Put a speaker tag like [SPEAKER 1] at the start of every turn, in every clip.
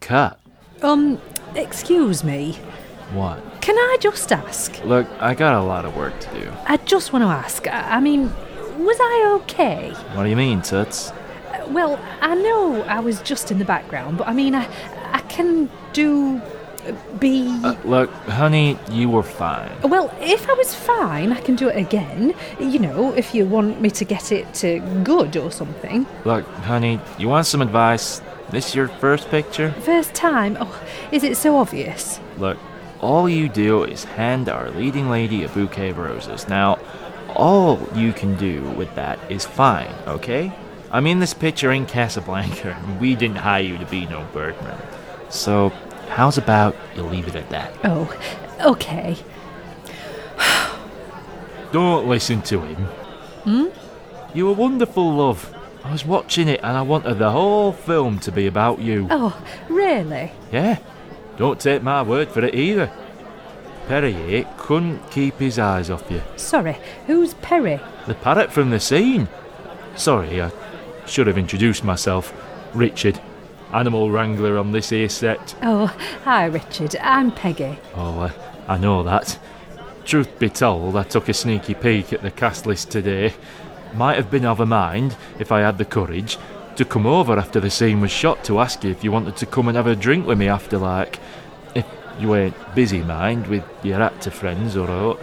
[SPEAKER 1] cut.
[SPEAKER 2] Um, excuse me.
[SPEAKER 1] What?
[SPEAKER 2] Can I just ask?
[SPEAKER 1] Look, I got a lot of work to do.
[SPEAKER 2] I just want to ask. I, I mean, was I okay?
[SPEAKER 1] What do you mean, Toots?
[SPEAKER 2] Uh, Well, I know I was just in the background, but I mean, I, I can do. uh, be.
[SPEAKER 1] Uh, look, honey, you were fine.
[SPEAKER 2] well, if I was fine, I can do it again. You know, if you want me to get it to good or something.
[SPEAKER 1] Look, honey, you want some advice? This your first picture?
[SPEAKER 2] First time, oh, is it so obvious?
[SPEAKER 1] Look, all you do is hand our leading lady a bouquet of roses. Now, all you can do with that is fine, okay? I'm in this picture in Casablanca, and we didn't hire you to be no Bergman. So, how's about you leave it at that?
[SPEAKER 2] Oh, okay.
[SPEAKER 1] Don't listen to him. Hmm? You were wonderful, love. I was watching it, and I wanted the whole film to be about you.
[SPEAKER 2] Oh, really?
[SPEAKER 1] Yeah, don't take my word for it either. Perrier couldn't keep his eyes off you.
[SPEAKER 2] Sorry, who's Perry?
[SPEAKER 1] The parrot from the scene. Sorry, I should have introduced myself. Richard, animal wrangler on this here set.
[SPEAKER 2] Oh, hi, Richard. I'm Peggy.
[SPEAKER 1] Oh, uh, I know that. Truth be told, I took a sneaky peek at the cast list today. Might have been of a mind, if I had the courage, to come over after the scene was shot to ask you if you wanted to come and have a drink with me after, like. If you ain't busy, mind, with your actor friends or out.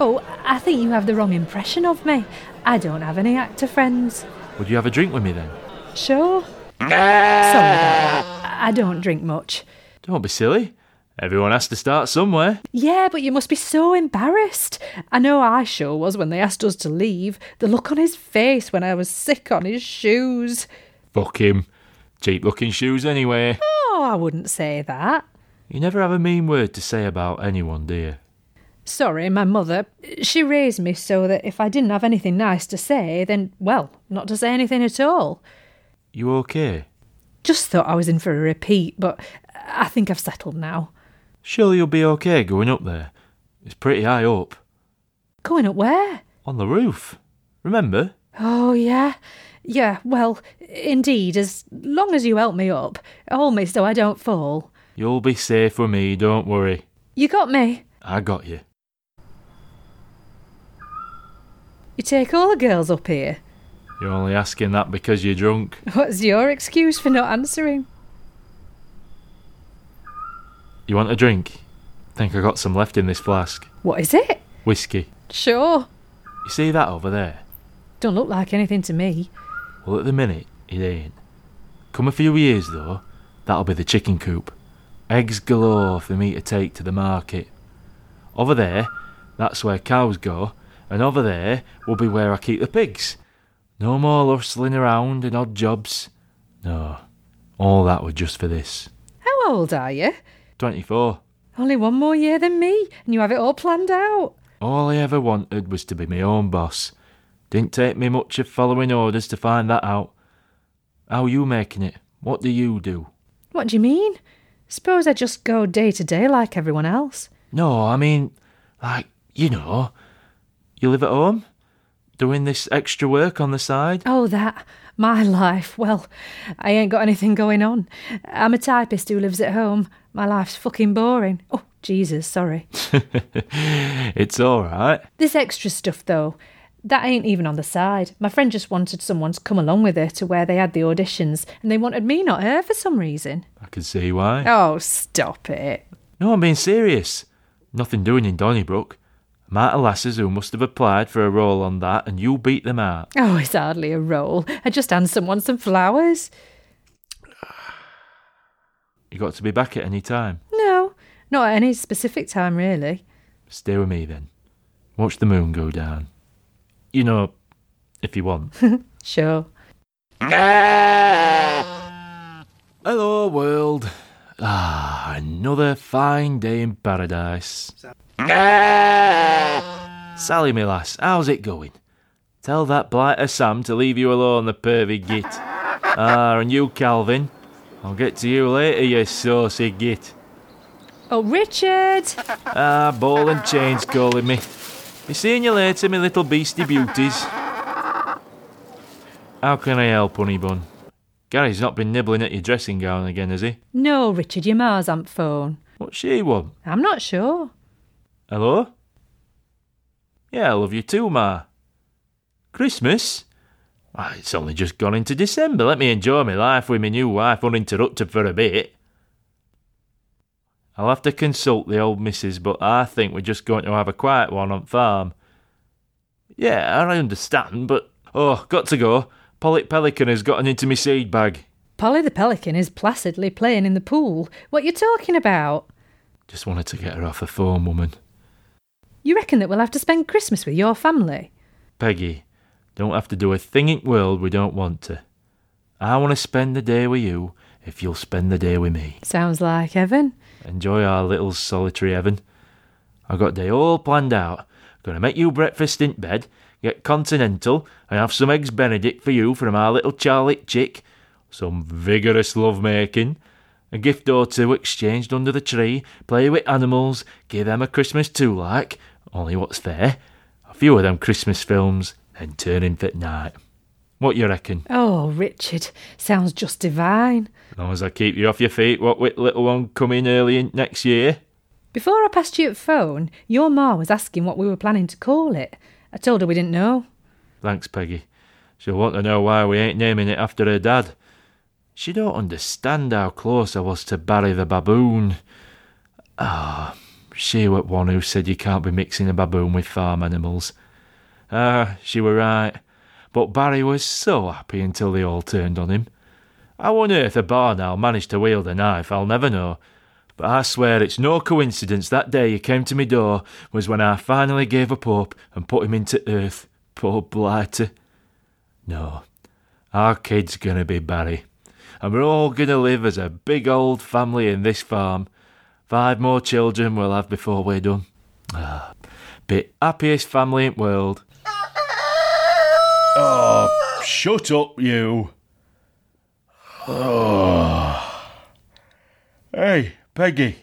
[SPEAKER 2] Oh, I think you have the wrong impression of me. I don't have any actor friends.
[SPEAKER 1] Would you have a drink with me then?
[SPEAKER 2] Sure? Sorry about that. I don't drink much.
[SPEAKER 1] Don't be silly. Everyone has to start somewhere.
[SPEAKER 2] Yeah, but you must be so embarrassed. I know I sure was when they asked us to leave. The look on his face when I was sick on his shoes.
[SPEAKER 1] Fuck him. Cheap looking shoes, anyway.
[SPEAKER 2] Oh, I wouldn't say that.
[SPEAKER 1] You never have a mean word to say about anyone, do you?
[SPEAKER 2] Sorry, my mother. She raised me so that if I didn't have anything nice to say, then, well, not to say anything at all.
[SPEAKER 1] You okay?
[SPEAKER 2] Just thought I was in for a repeat, but I think I've settled now.
[SPEAKER 1] Surely you'll be okay going up there. It's pretty high up.
[SPEAKER 2] Going up where?
[SPEAKER 1] On the roof. Remember?
[SPEAKER 2] Oh, yeah. Yeah, well, indeed, as long as you help me up. Hold me so I don't fall.
[SPEAKER 1] You'll be safe with me, don't worry.
[SPEAKER 2] You got me.
[SPEAKER 1] I got you.
[SPEAKER 2] You take all the girls up here.
[SPEAKER 1] You're only asking that because you're drunk.
[SPEAKER 2] What's your excuse for not answering?
[SPEAKER 1] You want a drink? Think I got some left in this flask.
[SPEAKER 2] What is it?
[SPEAKER 1] Whiskey.
[SPEAKER 2] Sure.
[SPEAKER 1] You see that over there?
[SPEAKER 2] Don't look like anything to me.
[SPEAKER 1] Well, at the minute, it ain't. Come a few years, though, that'll be the chicken coop. Eggs galore for me to take to the market. Over there, that's where cows go, and over there will be where I keep the pigs. No more hustling around and odd jobs. No, all that were just for this.
[SPEAKER 2] How old are you?
[SPEAKER 1] 24.
[SPEAKER 2] Only one more year than me, and you have it all planned out.
[SPEAKER 1] All I ever wanted was to be my own boss. Didn't take me much of following orders to find that out. How you making it? What do you do?
[SPEAKER 2] What do you mean? Suppose I just go day to day like everyone else.
[SPEAKER 1] No, I mean, like, you know, you live at home, doing this extra work on the side.
[SPEAKER 2] Oh, that. My life. Well, I ain't got anything going on. I'm a typist who lives at home. My life's fucking boring. Oh, Jesus, sorry.
[SPEAKER 1] it's all right.
[SPEAKER 2] This extra stuff, though, that ain't even on the side. My friend just wanted someone to come along with her to where they had the auditions, and they wanted me, not her, for some reason.
[SPEAKER 1] I can see why.
[SPEAKER 2] Oh, stop it.
[SPEAKER 1] No, I'm being serious. Nothing doing in Donnybrook. Amount of lasses who must have applied for a role on that, and you beat them out.
[SPEAKER 2] Oh, it's hardly a role. I just hand someone some flowers.
[SPEAKER 1] You got to be back at any time.
[SPEAKER 2] No, not at any specific time, really.
[SPEAKER 1] Stay with me then. Watch the moon go down. You know, if you want.
[SPEAKER 2] Sure.
[SPEAKER 1] Hello, world. Ah, another fine day in paradise. Sally, my lass, how's it going? Tell that blighter Sam to leave you alone, the pervy git. Ah, and you, Calvin. I'll get to you later, you saucy git.
[SPEAKER 2] Oh, Richard!
[SPEAKER 1] Ah, ball and chain's calling me. Be seeing you later, me little beastie beauties. How can I help, honey bun? Gary's not been nibbling at your dressing gown again, has he?
[SPEAKER 2] No, Richard, your ma's on phone.
[SPEAKER 1] What's she want?
[SPEAKER 2] I'm not sure.
[SPEAKER 1] Hello? Yeah, I love you too, Ma. Christmas? Ah, it's only just gone into December. Let me enjoy my life with my new wife uninterrupted for a bit. I'll have to consult the old missus, but I think we're just going to have a quiet one on farm. Yeah, I understand, but oh, got to go. Pollock Pelican has gotten into my seed bag.
[SPEAKER 2] Polly the pelican is placidly playing in the pool. What you talking about?
[SPEAKER 1] Just wanted to get her off the phone, woman.
[SPEAKER 2] You reckon that we'll have to spend Christmas with your family?
[SPEAKER 1] Peggy, don't have to do a thing in the world we don't want to. I want to spend the day with you if you'll spend the day with me.
[SPEAKER 2] Sounds like heaven.
[SPEAKER 1] Enjoy our little solitary heaven. I've got day all planned out. Gonna make you breakfast in bed, get continental, and have some eggs Benedict for you from our little Charlotte chick. Some vigorous love making. A gift or two exchanged under the tree, play with animals, give them a Christmas too like, only what's fair. A few of them Christmas films, and turn in for night. What you reckon?
[SPEAKER 2] Oh, Richard, sounds just divine.
[SPEAKER 1] As long as I keep you off your feet, what with little one coming early in next year?
[SPEAKER 2] Before I passed you at phone, your ma was asking what we were planning to call it. I told her we didn't know.
[SPEAKER 1] Thanks, Peggy. She'll want to know why we ain't naming it after her dad. She don't understand how close I was to Barry the baboon. Ah, she were one who said you can't be mixing a baboon with farm animals. Ah, she were right. But Barry was so happy until they all turned on him. How on earth a barn owl managed to wield a knife, I'll never know. But I swear it's no coincidence that day he came to me door was when I finally gave up hope and put him into earth. Poor blighter. No, our kid's gonna be Barry. And we're all gonna live as a big old family in this farm. Five more children we'll have before we're done. Ah, bit happiest family in world. Oh, shut up, you. Oh. Hey, Peggy.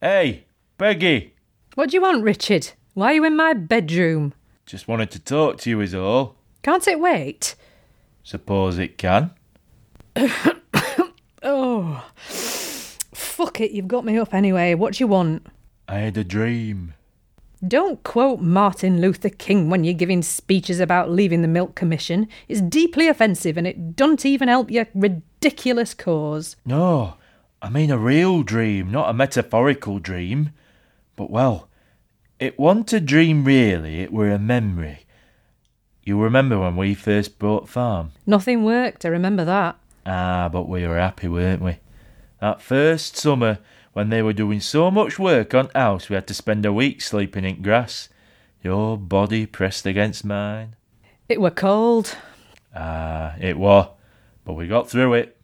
[SPEAKER 1] Hey, Peggy.
[SPEAKER 2] What do you want, Richard? Why are you in my bedroom?
[SPEAKER 1] Just wanted to talk to you, is all.
[SPEAKER 2] Can't it wait?
[SPEAKER 1] Suppose it can.
[SPEAKER 2] Oh, fuck it, you've got me up anyway. What do you want?
[SPEAKER 1] I had a dream.
[SPEAKER 2] Don't quote Martin Luther King when you're giving speeches about leaving the Milk Commission. It's deeply offensive and it doesn't even help your ridiculous cause.
[SPEAKER 1] No, I mean a real dream, not a metaphorical dream. But well, it wasn't a dream really, it were a memory. You remember when we first bought farm?
[SPEAKER 2] Nothing worked, I remember that.
[SPEAKER 1] Ah, but we were happy, weren't we? That first summer, when they were doing so much work on house, we had to spend a week sleeping in grass. Your body pressed against mine.
[SPEAKER 2] It were cold.
[SPEAKER 1] Ah, it was. But we got through it.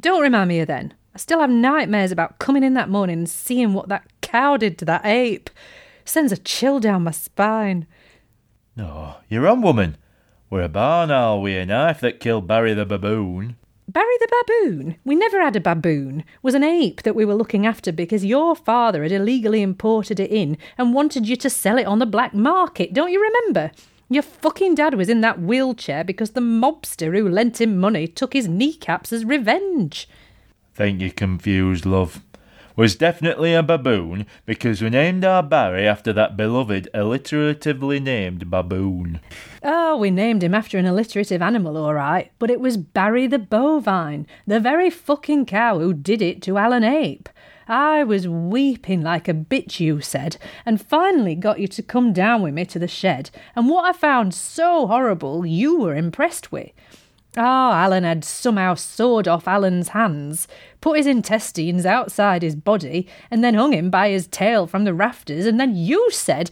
[SPEAKER 2] Don't remind me of then. I still have nightmares about coming in that morning and seeing what that cow did to that ape. Sends a chill down my spine.
[SPEAKER 1] No, you're on, woman. We're a barn owl with a knife that killed Barry the baboon.
[SPEAKER 2] Barry the baboon? We never had a baboon. Was an ape that we were looking after because your father had illegally imported it in and wanted you to sell it on the black market. Don't you remember? Your fucking dad was in that wheelchair because the mobster who lent him money took his kneecaps as revenge.
[SPEAKER 1] Think you're confused, love. Was definitely a baboon because we named our Barry after that beloved alliteratively named baboon.
[SPEAKER 2] Oh, we named him after an alliterative animal, all right, but it was Barry the bovine, the very fucking cow who did it to Alan Ape. I was weeping like a bitch, you said, and finally got you to come down with me to the shed. And what I found so horrible, you were impressed with. Ah, Alan had somehow sawed off Alan's hands, put his intestines outside his body, and then hung him by his tail from the rafters, and then you said,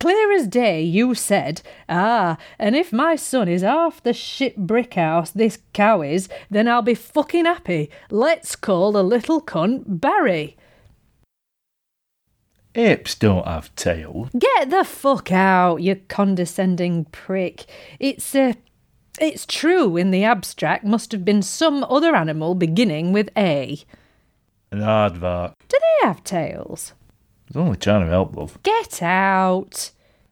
[SPEAKER 2] Clear as day, you said, Ah, and if my son is half the shit brick house this cow is, then I'll be fucking happy. Let's call the little cunt Barry.
[SPEAKER 1] Apes don't have tail.
[SPEAKER 2] Get the fuck out, you condescending prick. It's Uh, it's true in the abstract must have been some other animal beginning with A.
[SPEAKER 1] An aardvark.
[SPEAKER 2] Do they have tails?
[SPEAKER 1] I was only trying to help, love.
[SPEAKER 2] Get out.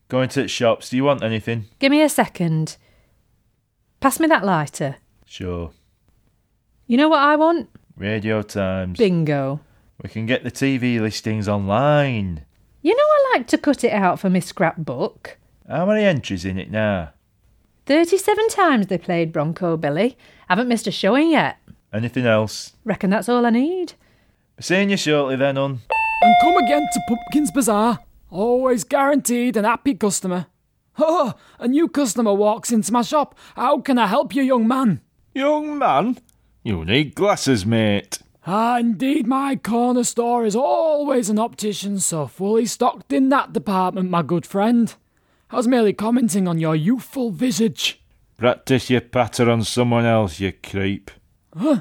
[SPEAKER 1] Going to the shops, do you want anything?
[SPEAKER 2] Give me a second. Pass me that lighter.
[SPEAKER 1] Sure.
[SPEAKER 2] You know what I want?
[SPEAKER 1] Radio Times.
[SPEAKER 2] Bingo.
[SPEAKER 1] We can get the TV listings online.
[SPEAKER 2] You know I like to cut it out for my scrapbook.
[SPEAKER 1] How many entries in it now?
[SPEAKER 2] 37 times they played Bronco Billy. Haven't missed a showing yet.
[SPEAKER 1] Anything else?
[SPEAKER 2] Reckon that's all I need.
[SPEAKER 1] Seeing you shortly then, on.
[SPEAKER 3] And come again to Pumpkins Bazaar. Always guaranteed an happy customer. Oh, a new customer walks into my shop. How can I help you, young man?
[SPEAKER 1] Young man, you need glasses, mate.
[SPEAKER 3] Ah, indeed, my corner store is always an optician, so fully stocked in that department, my good friend. I was merely commenting on your youthful visage.
[SPEAKER 1] Practice your patter on someone else, you creep.
[SPEAKER 3] Oh,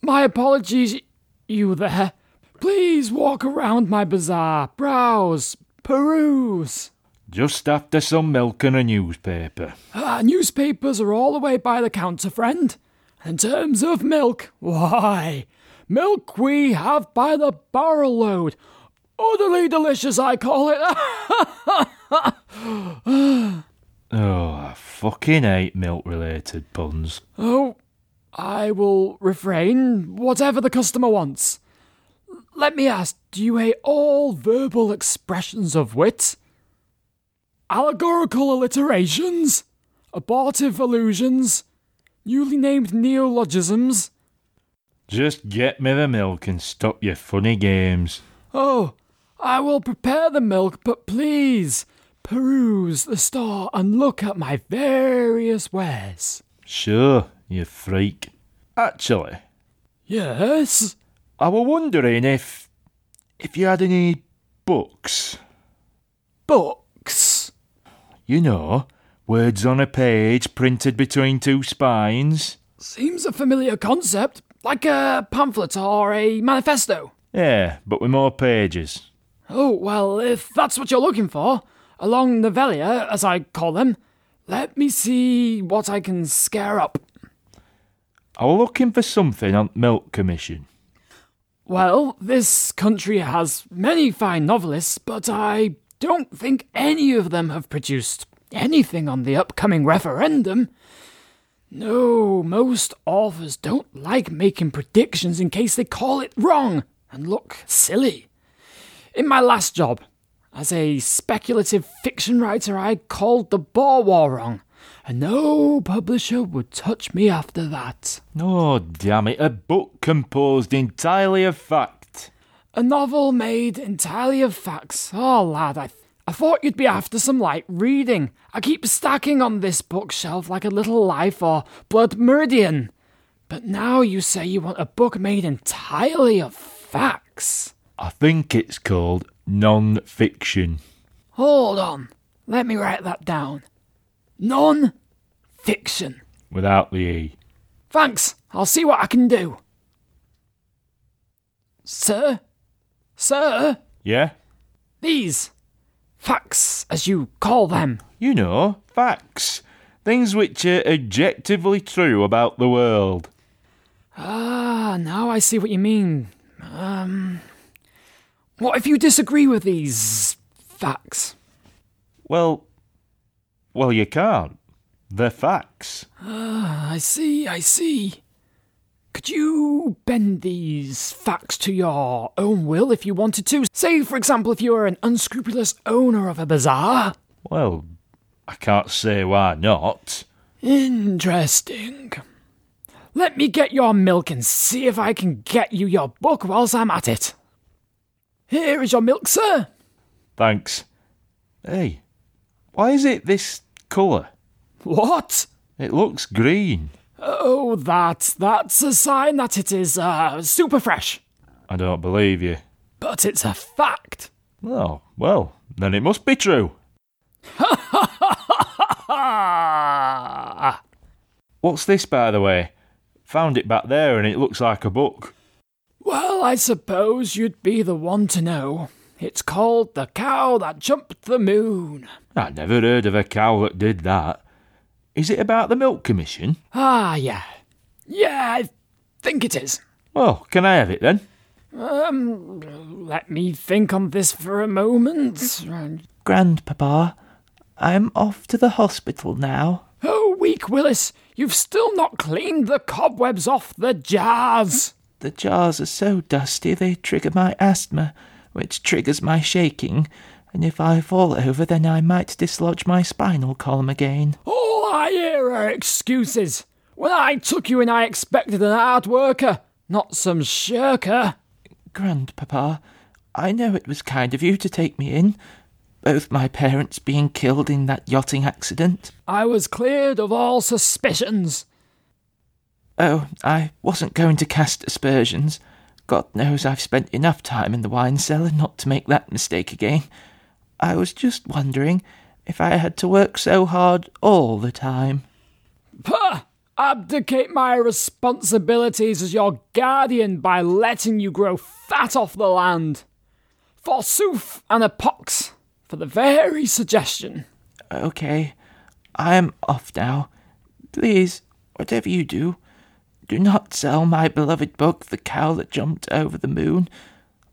[SPEAKER 3] my apologies, you there. Please walk around my bazaar, browse, peruse.
[SPEAKER 1] Just after some milk and a newspaper.
[SPEAKER 3] Ah, newspapers are all the way by the counter, friend. In terms of milk, why, milk we have by the barrel load. Utterly delicious, I call it.
[SPEAKER 1] Oh, I fucking hate milk related puns.
[SPEAKER 3] Oh, I will refrain, whatever the customer wants. Let me ask, do you hate all verbal expressions of wit? Allegorical alliterations? Abortive allusions? Newly named neologisms?
[SPEAKER 1] Just get me the milk and stop your funny games.
[SPEAKER 3] Oh, I will prepare the milk, but please peruse the store and look at my various wares.
[SPEAKER 1] Sure, you freak. Actually,
[SPEAKER 3] Yes?
[SPEAKER 1] I were wondering if. if you had any books.
[SPEAKER 3] Books.
[SPEAKER 1] You know, words on a page printed between two spines.
[SPEAKER 3] Seems a familiar concept, like a pamphlet or a manifesto.
[SPEAKER 1] Yeah, but with more pages.
[SPEAKER 3] Oh, well, if that's what you're looking for, along Novellia, as I call them, let me see what I can scare up.
[SPEAKER 1] I were looking for something on Milk Commission.
[SPEAKER 3] Well, this country has many fine novelists, but I don't think any of them have produced anything on the upcoming referendum. No, most authors don't like making predictions in case they call it wrong and look silly. In my last job, as a speculative fiction writer, I called the Boer War wrong, and no publisher would touch me after that.
[SPEAKER 1] Oh, damn it, a book composed entirely of fact.
[SPEAKER 3] A novel made entirely of facts. Oh, lad, I, I thought you'd be after some light reading. I keep stacking on this bookshelf like a little life or Blood Meridian. But now you say you want a book made entirely of facts.
[SPEAKER 1] I think it's called non fiction.
[SPEAKER 3] Hold on. Let me write that down. Non fiction.
[SPEAKER 1] Without the E.
[SPEAKER 3] Thanks. I'll see what I can do. Sir? Sir?
[SPEAKER 1] Yeah?
[SPEAKER 3] These facts, as you call them.
[SPEAKER 1] You know, facts. Things which are objectively true about the world.
[SPEAKER 3] Ah, now I see what you mean. Um, what if you disagree with these facts?
[SPEAKER 1] Well, well, you can't. They're facts.
[SPEAKER 3] I see, I see. Could you bend these facts to your own will if you wanted to? Say, for example, if you were an unscrupulous owner of a bazaar?
[SPEAKER 1] Well, I can't say why not.
[SPEAKER 3] Interesting. Let me get your milk and see if I can get you your book whilst I'm at it. Here is your milk, sir.
[SPEAKER 1] Thanks. Hey, why is it this colour?
[SPEAKER 3] What?
[SPEAKER 1] It looks green.
[SPEAKER 3] Oh, that, that's a sign that it is uh, super fresh.
[SPEAKER 1] I don't believe you.
[SPEAKER 3] But it's a fact.
[SPEAKER 1] Oh, well, then it must be true.
[SPEAKER 3] Ah!
[SPEAKER 1] What's this, by the way? Found it back there and it looks like a book.
[SPEAKER 3] Well, I suppose you'd be the one to know. It's called The Cow That Jumped the Moon.
[SPEAKER 1] I never heard of a cow that did that. Is it about the Milk Commission?
[SPEAKER 3] Ah, yeah. Yeah, I think it is.
[SPEAKER 1] Well, can I have it then?
[SPEAKER 3] Um, let me think on this for a moment.
[SPEAKER 4] Grandpapa, I'm off to the hospital now.
[SPEAKER 3] Oh, weak Willis, You've still not cleaned the cobwebs off the jars.
[SPEAKER 1] The jars are so dusty they trigger my asthma, which triggers my shaking, and if I fall over, then I might dislodge my spinal column again.
[SPEAKER 3] All I hear are excuses. When I took you in, I expected an hard worker, not some shirker.
[SPEAKER 1] Grandpapa, I know it was kind of you to take me in, both my parents being killed in that yachting accident.
[SPEAKER 3] I was cleared of all suspicions.
[SPEAKER 1] Oh, I wasn't going to cast aspersions. God knows I've spent enough time in the wine cellar not to make that mistake again. I was just wondering if I had to work so hard all the time.
[SPEAKER 3] Puh! Abdicate my responsibilities as your guardian by letting you grow fat off the land. Forsooth, and a pox for the very suggestion.
[SPEAKER 1] Okay, I'm off now. Please, whatever you do, do not sell my beloved book, The Cow That Jumped Over the Moon.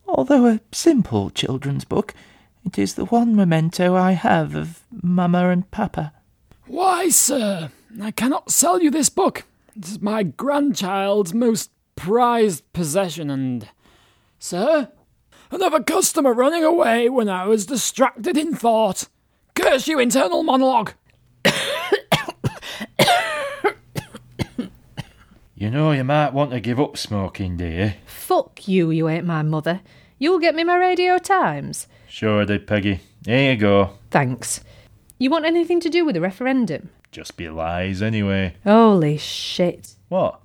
[SPEAKER 1] Although a simple children's book, it is the one memento I have of Mamma and Papa.
[SPEAKER 3] Why, sir, I cannot sell you this book. It is my grandchild's most prized possession, and. Sir? Another customer running away when I was distracted in thought. Curse you, internal monologue!
[SPEAKER 5] You know, you might want to give up smoking, dear.
[SPEAKER 2] Fuck you, you ain't my mother. You'll get me my Radio Times.
[SPEAKER 5] Sure I did, Peggy. Here you go.
[SPEAKER 2] Thanks. You want anything to do with the referendum?
[SPEAKER 5] Just be lies anyway.
[SPEAKER 2] Holy shit.
[SPEAKER 5] What?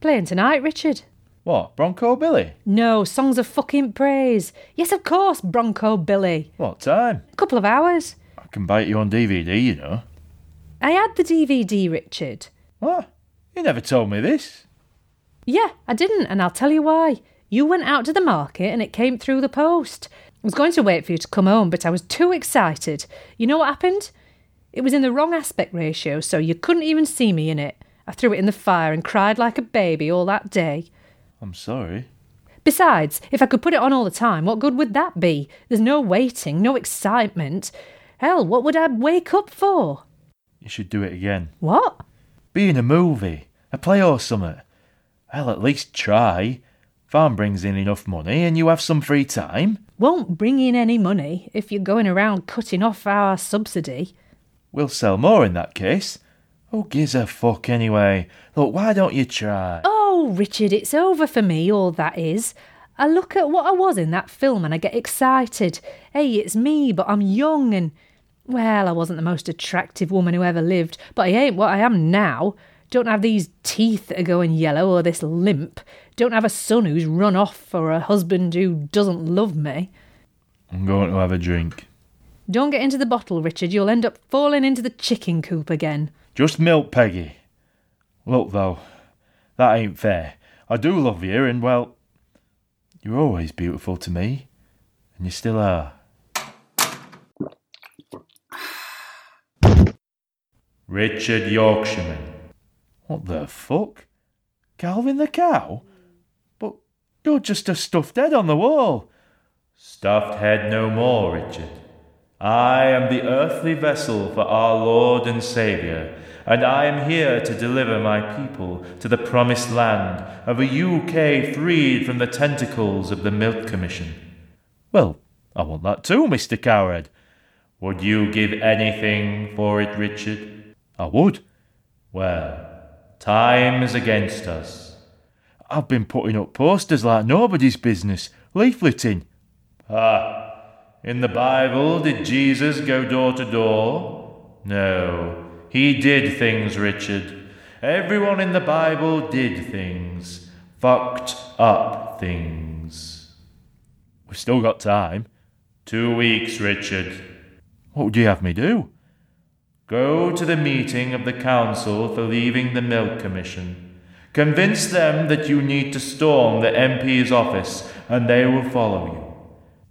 [SPEAKER 2] Playing tonight, Richard.
[SPEAKER 5] What? Bronco Billy?
[SPEAKER 2] No, songs of fucking praise. Yes, of course, Bronco Billy.
[SPEAKER 5] What time?
[SPEAKER 2] A couple of hours.
[SPEAKER 5] I can bite you on DVD, you know.
[SPEAKER 2] I had the DVD, Richard.
[SPEAKER 5] What? You never told me this.
[SPEAKER 2] Yeah, I didn't, and I'll tell you why. You went out to the market and it came through the post. I was going to wait for you to come home, but I was too excited. You know what happened? It was in the wrong aspect ratio, so you couldn't even see me in it. I threw it in the fire and cried like a baby all that day.
[SPEAKER 5] I'm sorry.
[SPEAKER 2] Besides, if I could put it on all the time, what good would that be? There's no waiting, no excitement. Hell, what would I wake up for?
[SPEAKER 5] You should do it again.
[SPEAKER 2] What?
[SPEAKER 5] Be in a movie, a play or something. Well, at least try. Farm brings in enough money and you have some free time.
[SPEAKER 2] Won't bring in any money if you're going around cutting off our subsidy.
[SPEAKER 5] We'll sell more in that case. Who gives a fuck anyway? Look, why don't you try?
[SPEAKER 2] Oh, Richard, it's over for me, all that is. I look at what I was in that film and I get excited. Hey, it's me, but I'm young and. Well, I wasn't the most attractive woman who ever lived, but I ain't what I am now. Don't have these teeth that are going yellow or this limp. Don't have a son who's run off or a husband who doesn't love me.
[SPEAKER 5] I'm going to have a drink.
[SPEAKER 2] Don't get into the bottle, Richard. You'll end up falling into the chicken coop again.
[SPEAKER 5] Just milk, Peggy. Look, though, that ain't fair. I do love you, and well, you're always beautiful to me, and you still are. Richard Yorkshireman. What the fuck? Calvin the cow? But you're just a stuffed head on the wall. Stuffed head no more, Richard. I am the earthly vessel for our Lord and Saviour, and I am here to deliver my people to the promised land of a UK freed from the tentacles of the Milk Commission. Well, I want that too, Mr. Cowhead. Would you give anything for it, Richard? I would. Well, time is against us. I've been putting up posters like nobody's business, leafleting. Ah, in the Bible, did Jesus go door to door? No. He did things, Richard. Everyone in the Bible did things. Fucked up things. We've still got time. Two weeks, Richard. What would you have me do? Go to the meeting of the Council for Leaving the Milk Commission. Convince them that you need to storm the MP's office and they will follow you.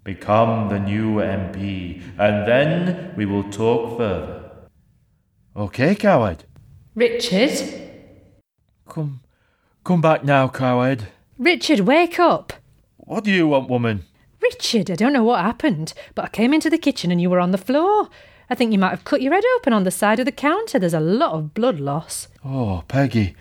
[SPEAKER 5] Become the new MP, and then we will talk further. Okay, coward.
[SPEAKER 2] Richard?
[SPEAKER 5] Come, come back now, coward.
[SPEAKER 2] Richard, wake up!
[SPEAKER 5] What do you want, woman?
[SPEAKER 2] Richard, I don't know what happened, but I came into the kitchen and you were on the floor. I think you might have cut your head open on the side of the counter. There's a lot of blood loss.
[SPEAKER 5] Oh, Peggy,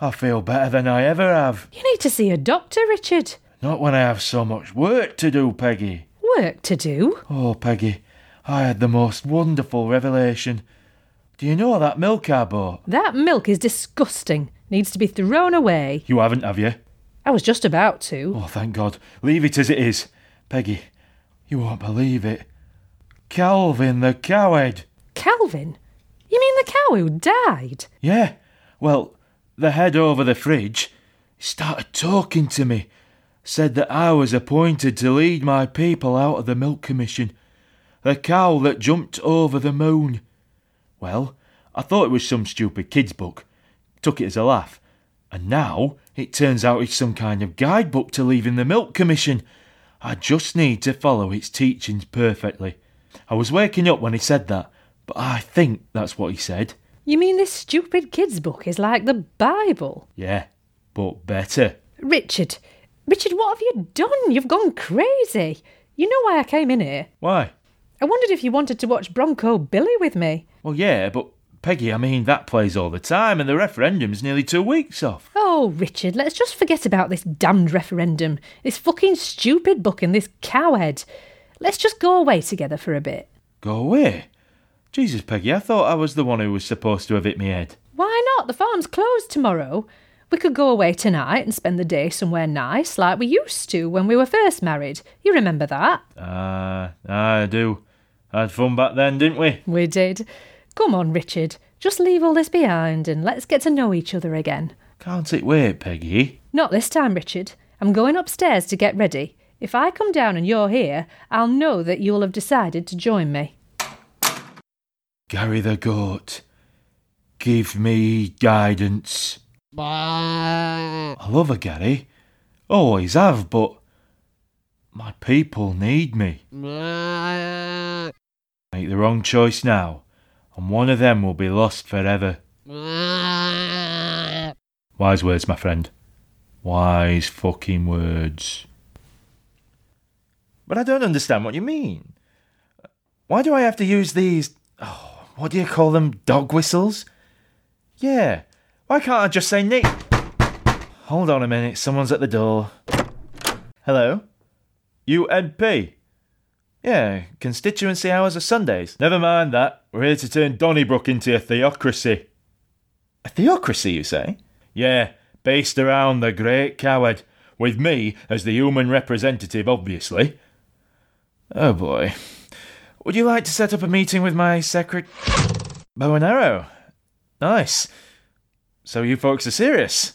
[SPEAKER 5] I feel better than I ever have.
[SPEAKER 2] You need to see a doctor, Richard.
[SPEAKER 5] Not when I have so much work to do, Peggy.
[SPEAKER 2] Work to do?
[SPEAKER 5] Oh, Peggy, I had the most wonderful revelation. Do you know that milk I bought?
[SPEAKER 2] That milk is disgusting. Needs to be thrown away.
[SPEAKER 5] You haven't, have you?
[SPEAKER 2] I was just about to.
[SPEAKER 5] Oh, thank God. Leave it as it is. Peggy, you won't believe it. Calvin the cowhead.
[SPEAKER 2] Calvin? You mean the cow who died?
[SPEAKER 5] Yeah. Well, the head over the fridge started talking to me. Said that I was appointed to lead my people out of the milk commission. The cow that jumped over the moon. Well, I thought it was some stupid kid's book. Took it as a laugh. And now it turns out it's some kind of guidebook to leaving the milk commission. I just need to follow its teachings perfectly. I was waking up when he said that, but I think that's what he said.
[SPEAKER 2] You mean this stupid kid's book is like the Bible?
[SPEAKER 5] Yeah, but better.
[SPEAKER 2] Richard, Richard, what have you done? You've gone crazy. You know why I came in here.
[SPEAKER 5] Why?
[SPEAKER 2] I wondered if you wanted to watch Bronco Billy with me.
[SPEAKER 5] Well, yeah, but Peggy, I mean, that plays all the time, and the referendum's nearly two weeks off.
[SPEAKER 2] Oh, Richard, let's just forget about this damned referendum, this fucking stupid book, and this cowhead. Let's just go away together for a bit.
[SPEAKER 5] Go away. Jesus, Peggy, I thought I was the one who was supposed to have hit me head.
[SPEAKER 2] Why not? The farm's closed tomorrow. We could go away tonight and spend the day somewhere nice, like we used to when we were first married. You remember that?
[SPEAKER 5] Ah, I do. Had fun back then, didn't we?
[SPEAKER 2] We did. Come on, Richard. Just leave all this behind and let's get to know each other again.
[SPEAKER 5] Can't it wait, Peggy?
[SPEAKER 2] Not this time, Richard. I'm going upstairs to get ready. If I come down and you're here, I'll know that you'll have decided to join me.
[SPEAKER 5] Gary the goat, give me guidance. I love her, Gary. Always have, but my people need me. Make the wrong choice now, and one of them will be lost forever. Wise words, my friend. Wise fucking words. But I don't understand what you mean. Why do I have to use these. Oh, what do you call them? Dog whistles? Yeah. Why can't I just say Nick? Hold on a minute, someone's at the door. Hello? UNP? Yeah, constituency hours are Sundays. Never mind that. We're here to turn Donnybrook into a theocracy. A theocracy, you say? Yeah, based around the great coward, with me as the human representative, obviously. Oh boy. Would you like to set up a meeting with my secret. Bow and arrow? Nice. So you folks are serious?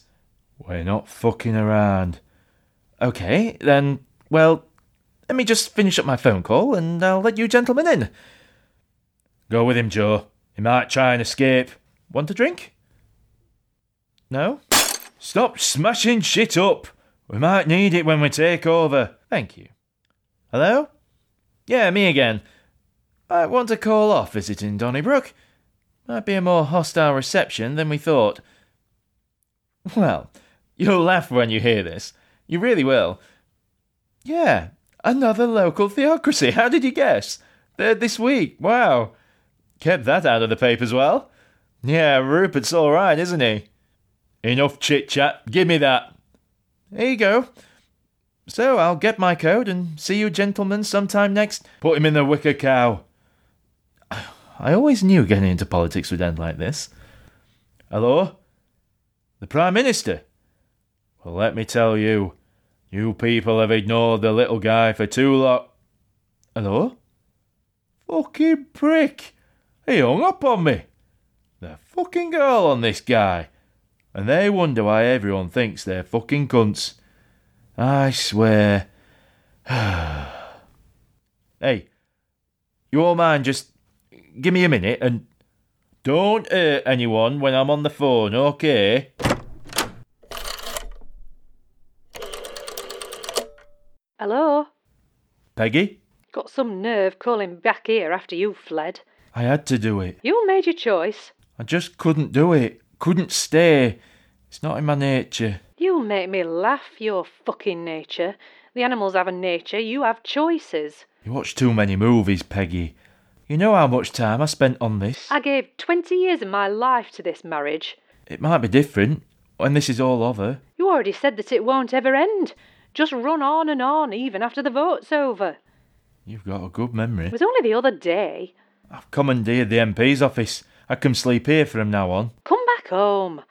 [SPEAKER 5] We're not fucking around. Okay, then, well, let me just finish up my phone call and I'll let you gentlemen in. Go with him, Joe. He might try and escape. Want a drink? No? Stop smashing shit up. We might need it when we take over. Thank you. Hello? Yeah, me again. I want to call off visiting Donnybrook. Might be a more hostile reception than we thought. Well, you'll laugh when you hear this. You really will. Yeah, another local theocracy. How did you guess? Third this week. Wow. Kept that out of the papers well. Yeah, Rupert's all right, isn't he? Enough chit chat. Give me that. Here you go. So I'll get my code and see you gentlemen sometime next. Put him in the wicker cow. I always knew getting into politics would end like this. Hello? The Prime Minister? Well, let me tell you, you people have ignored the little guy for too long. Hello? Fucking prick! He hung up on me! The fucking girl on this guy! And they wonder why everyone thinks they're fucking cunts. I swear. hey, you all mind just give me a minute and don't hurt anyone when I'm on the phone, okay?
[SPEAKER 2] Hello?
[SPEAKER 5] Peggy?
[SPEAKER 2] Got some nerve calling back here after you fled.
[SPEAKER 5] I had to do it.
[SPEAKER 2] You made your choice.
[SPEAKER 5] I just couldn't do it. Couldn't stay. It's not in my nature.
[SPEAKER 2] You make me laugh, your fucking nature. The animals have a nature, you have choices.
[SPEAKER 5] You watch too many movies, Peggy. You know how much time I spent on this.
[SPEAKER 2] I gave 20 years of my life to this marriage.
[SPEAKER 5] It might be different when this is all over.
[SPEAKER 2] You already said that it won't ever end. Just run on and on even after the vote's over.
[SPEAKER 5] You've got a good memory.
[SPEAKER 2] It was only the other day.
[SPEAKER 5] I've commandeered the MP's office. I can sleep here from now on.
[SPEAKER 2] Come back home.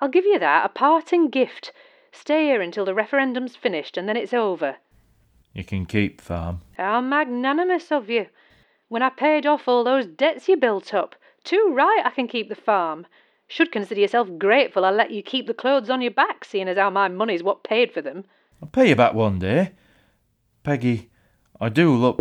[SPEAKER 2] I'll give you that, a parting gift. Stay here until the referendum's finished and then it's over.
[SPEAKER 5] You can keep farm.
[SPEAKER 2] How magnanimous of you. When I paid off all those debts you built up, too right I can keep the farm. Should consider yourself grateful I let you keep the clothes on your back, seeing as how my money's what paid for them.
[SPEAKER 5] I'll pay you back one day. Peggy, I do look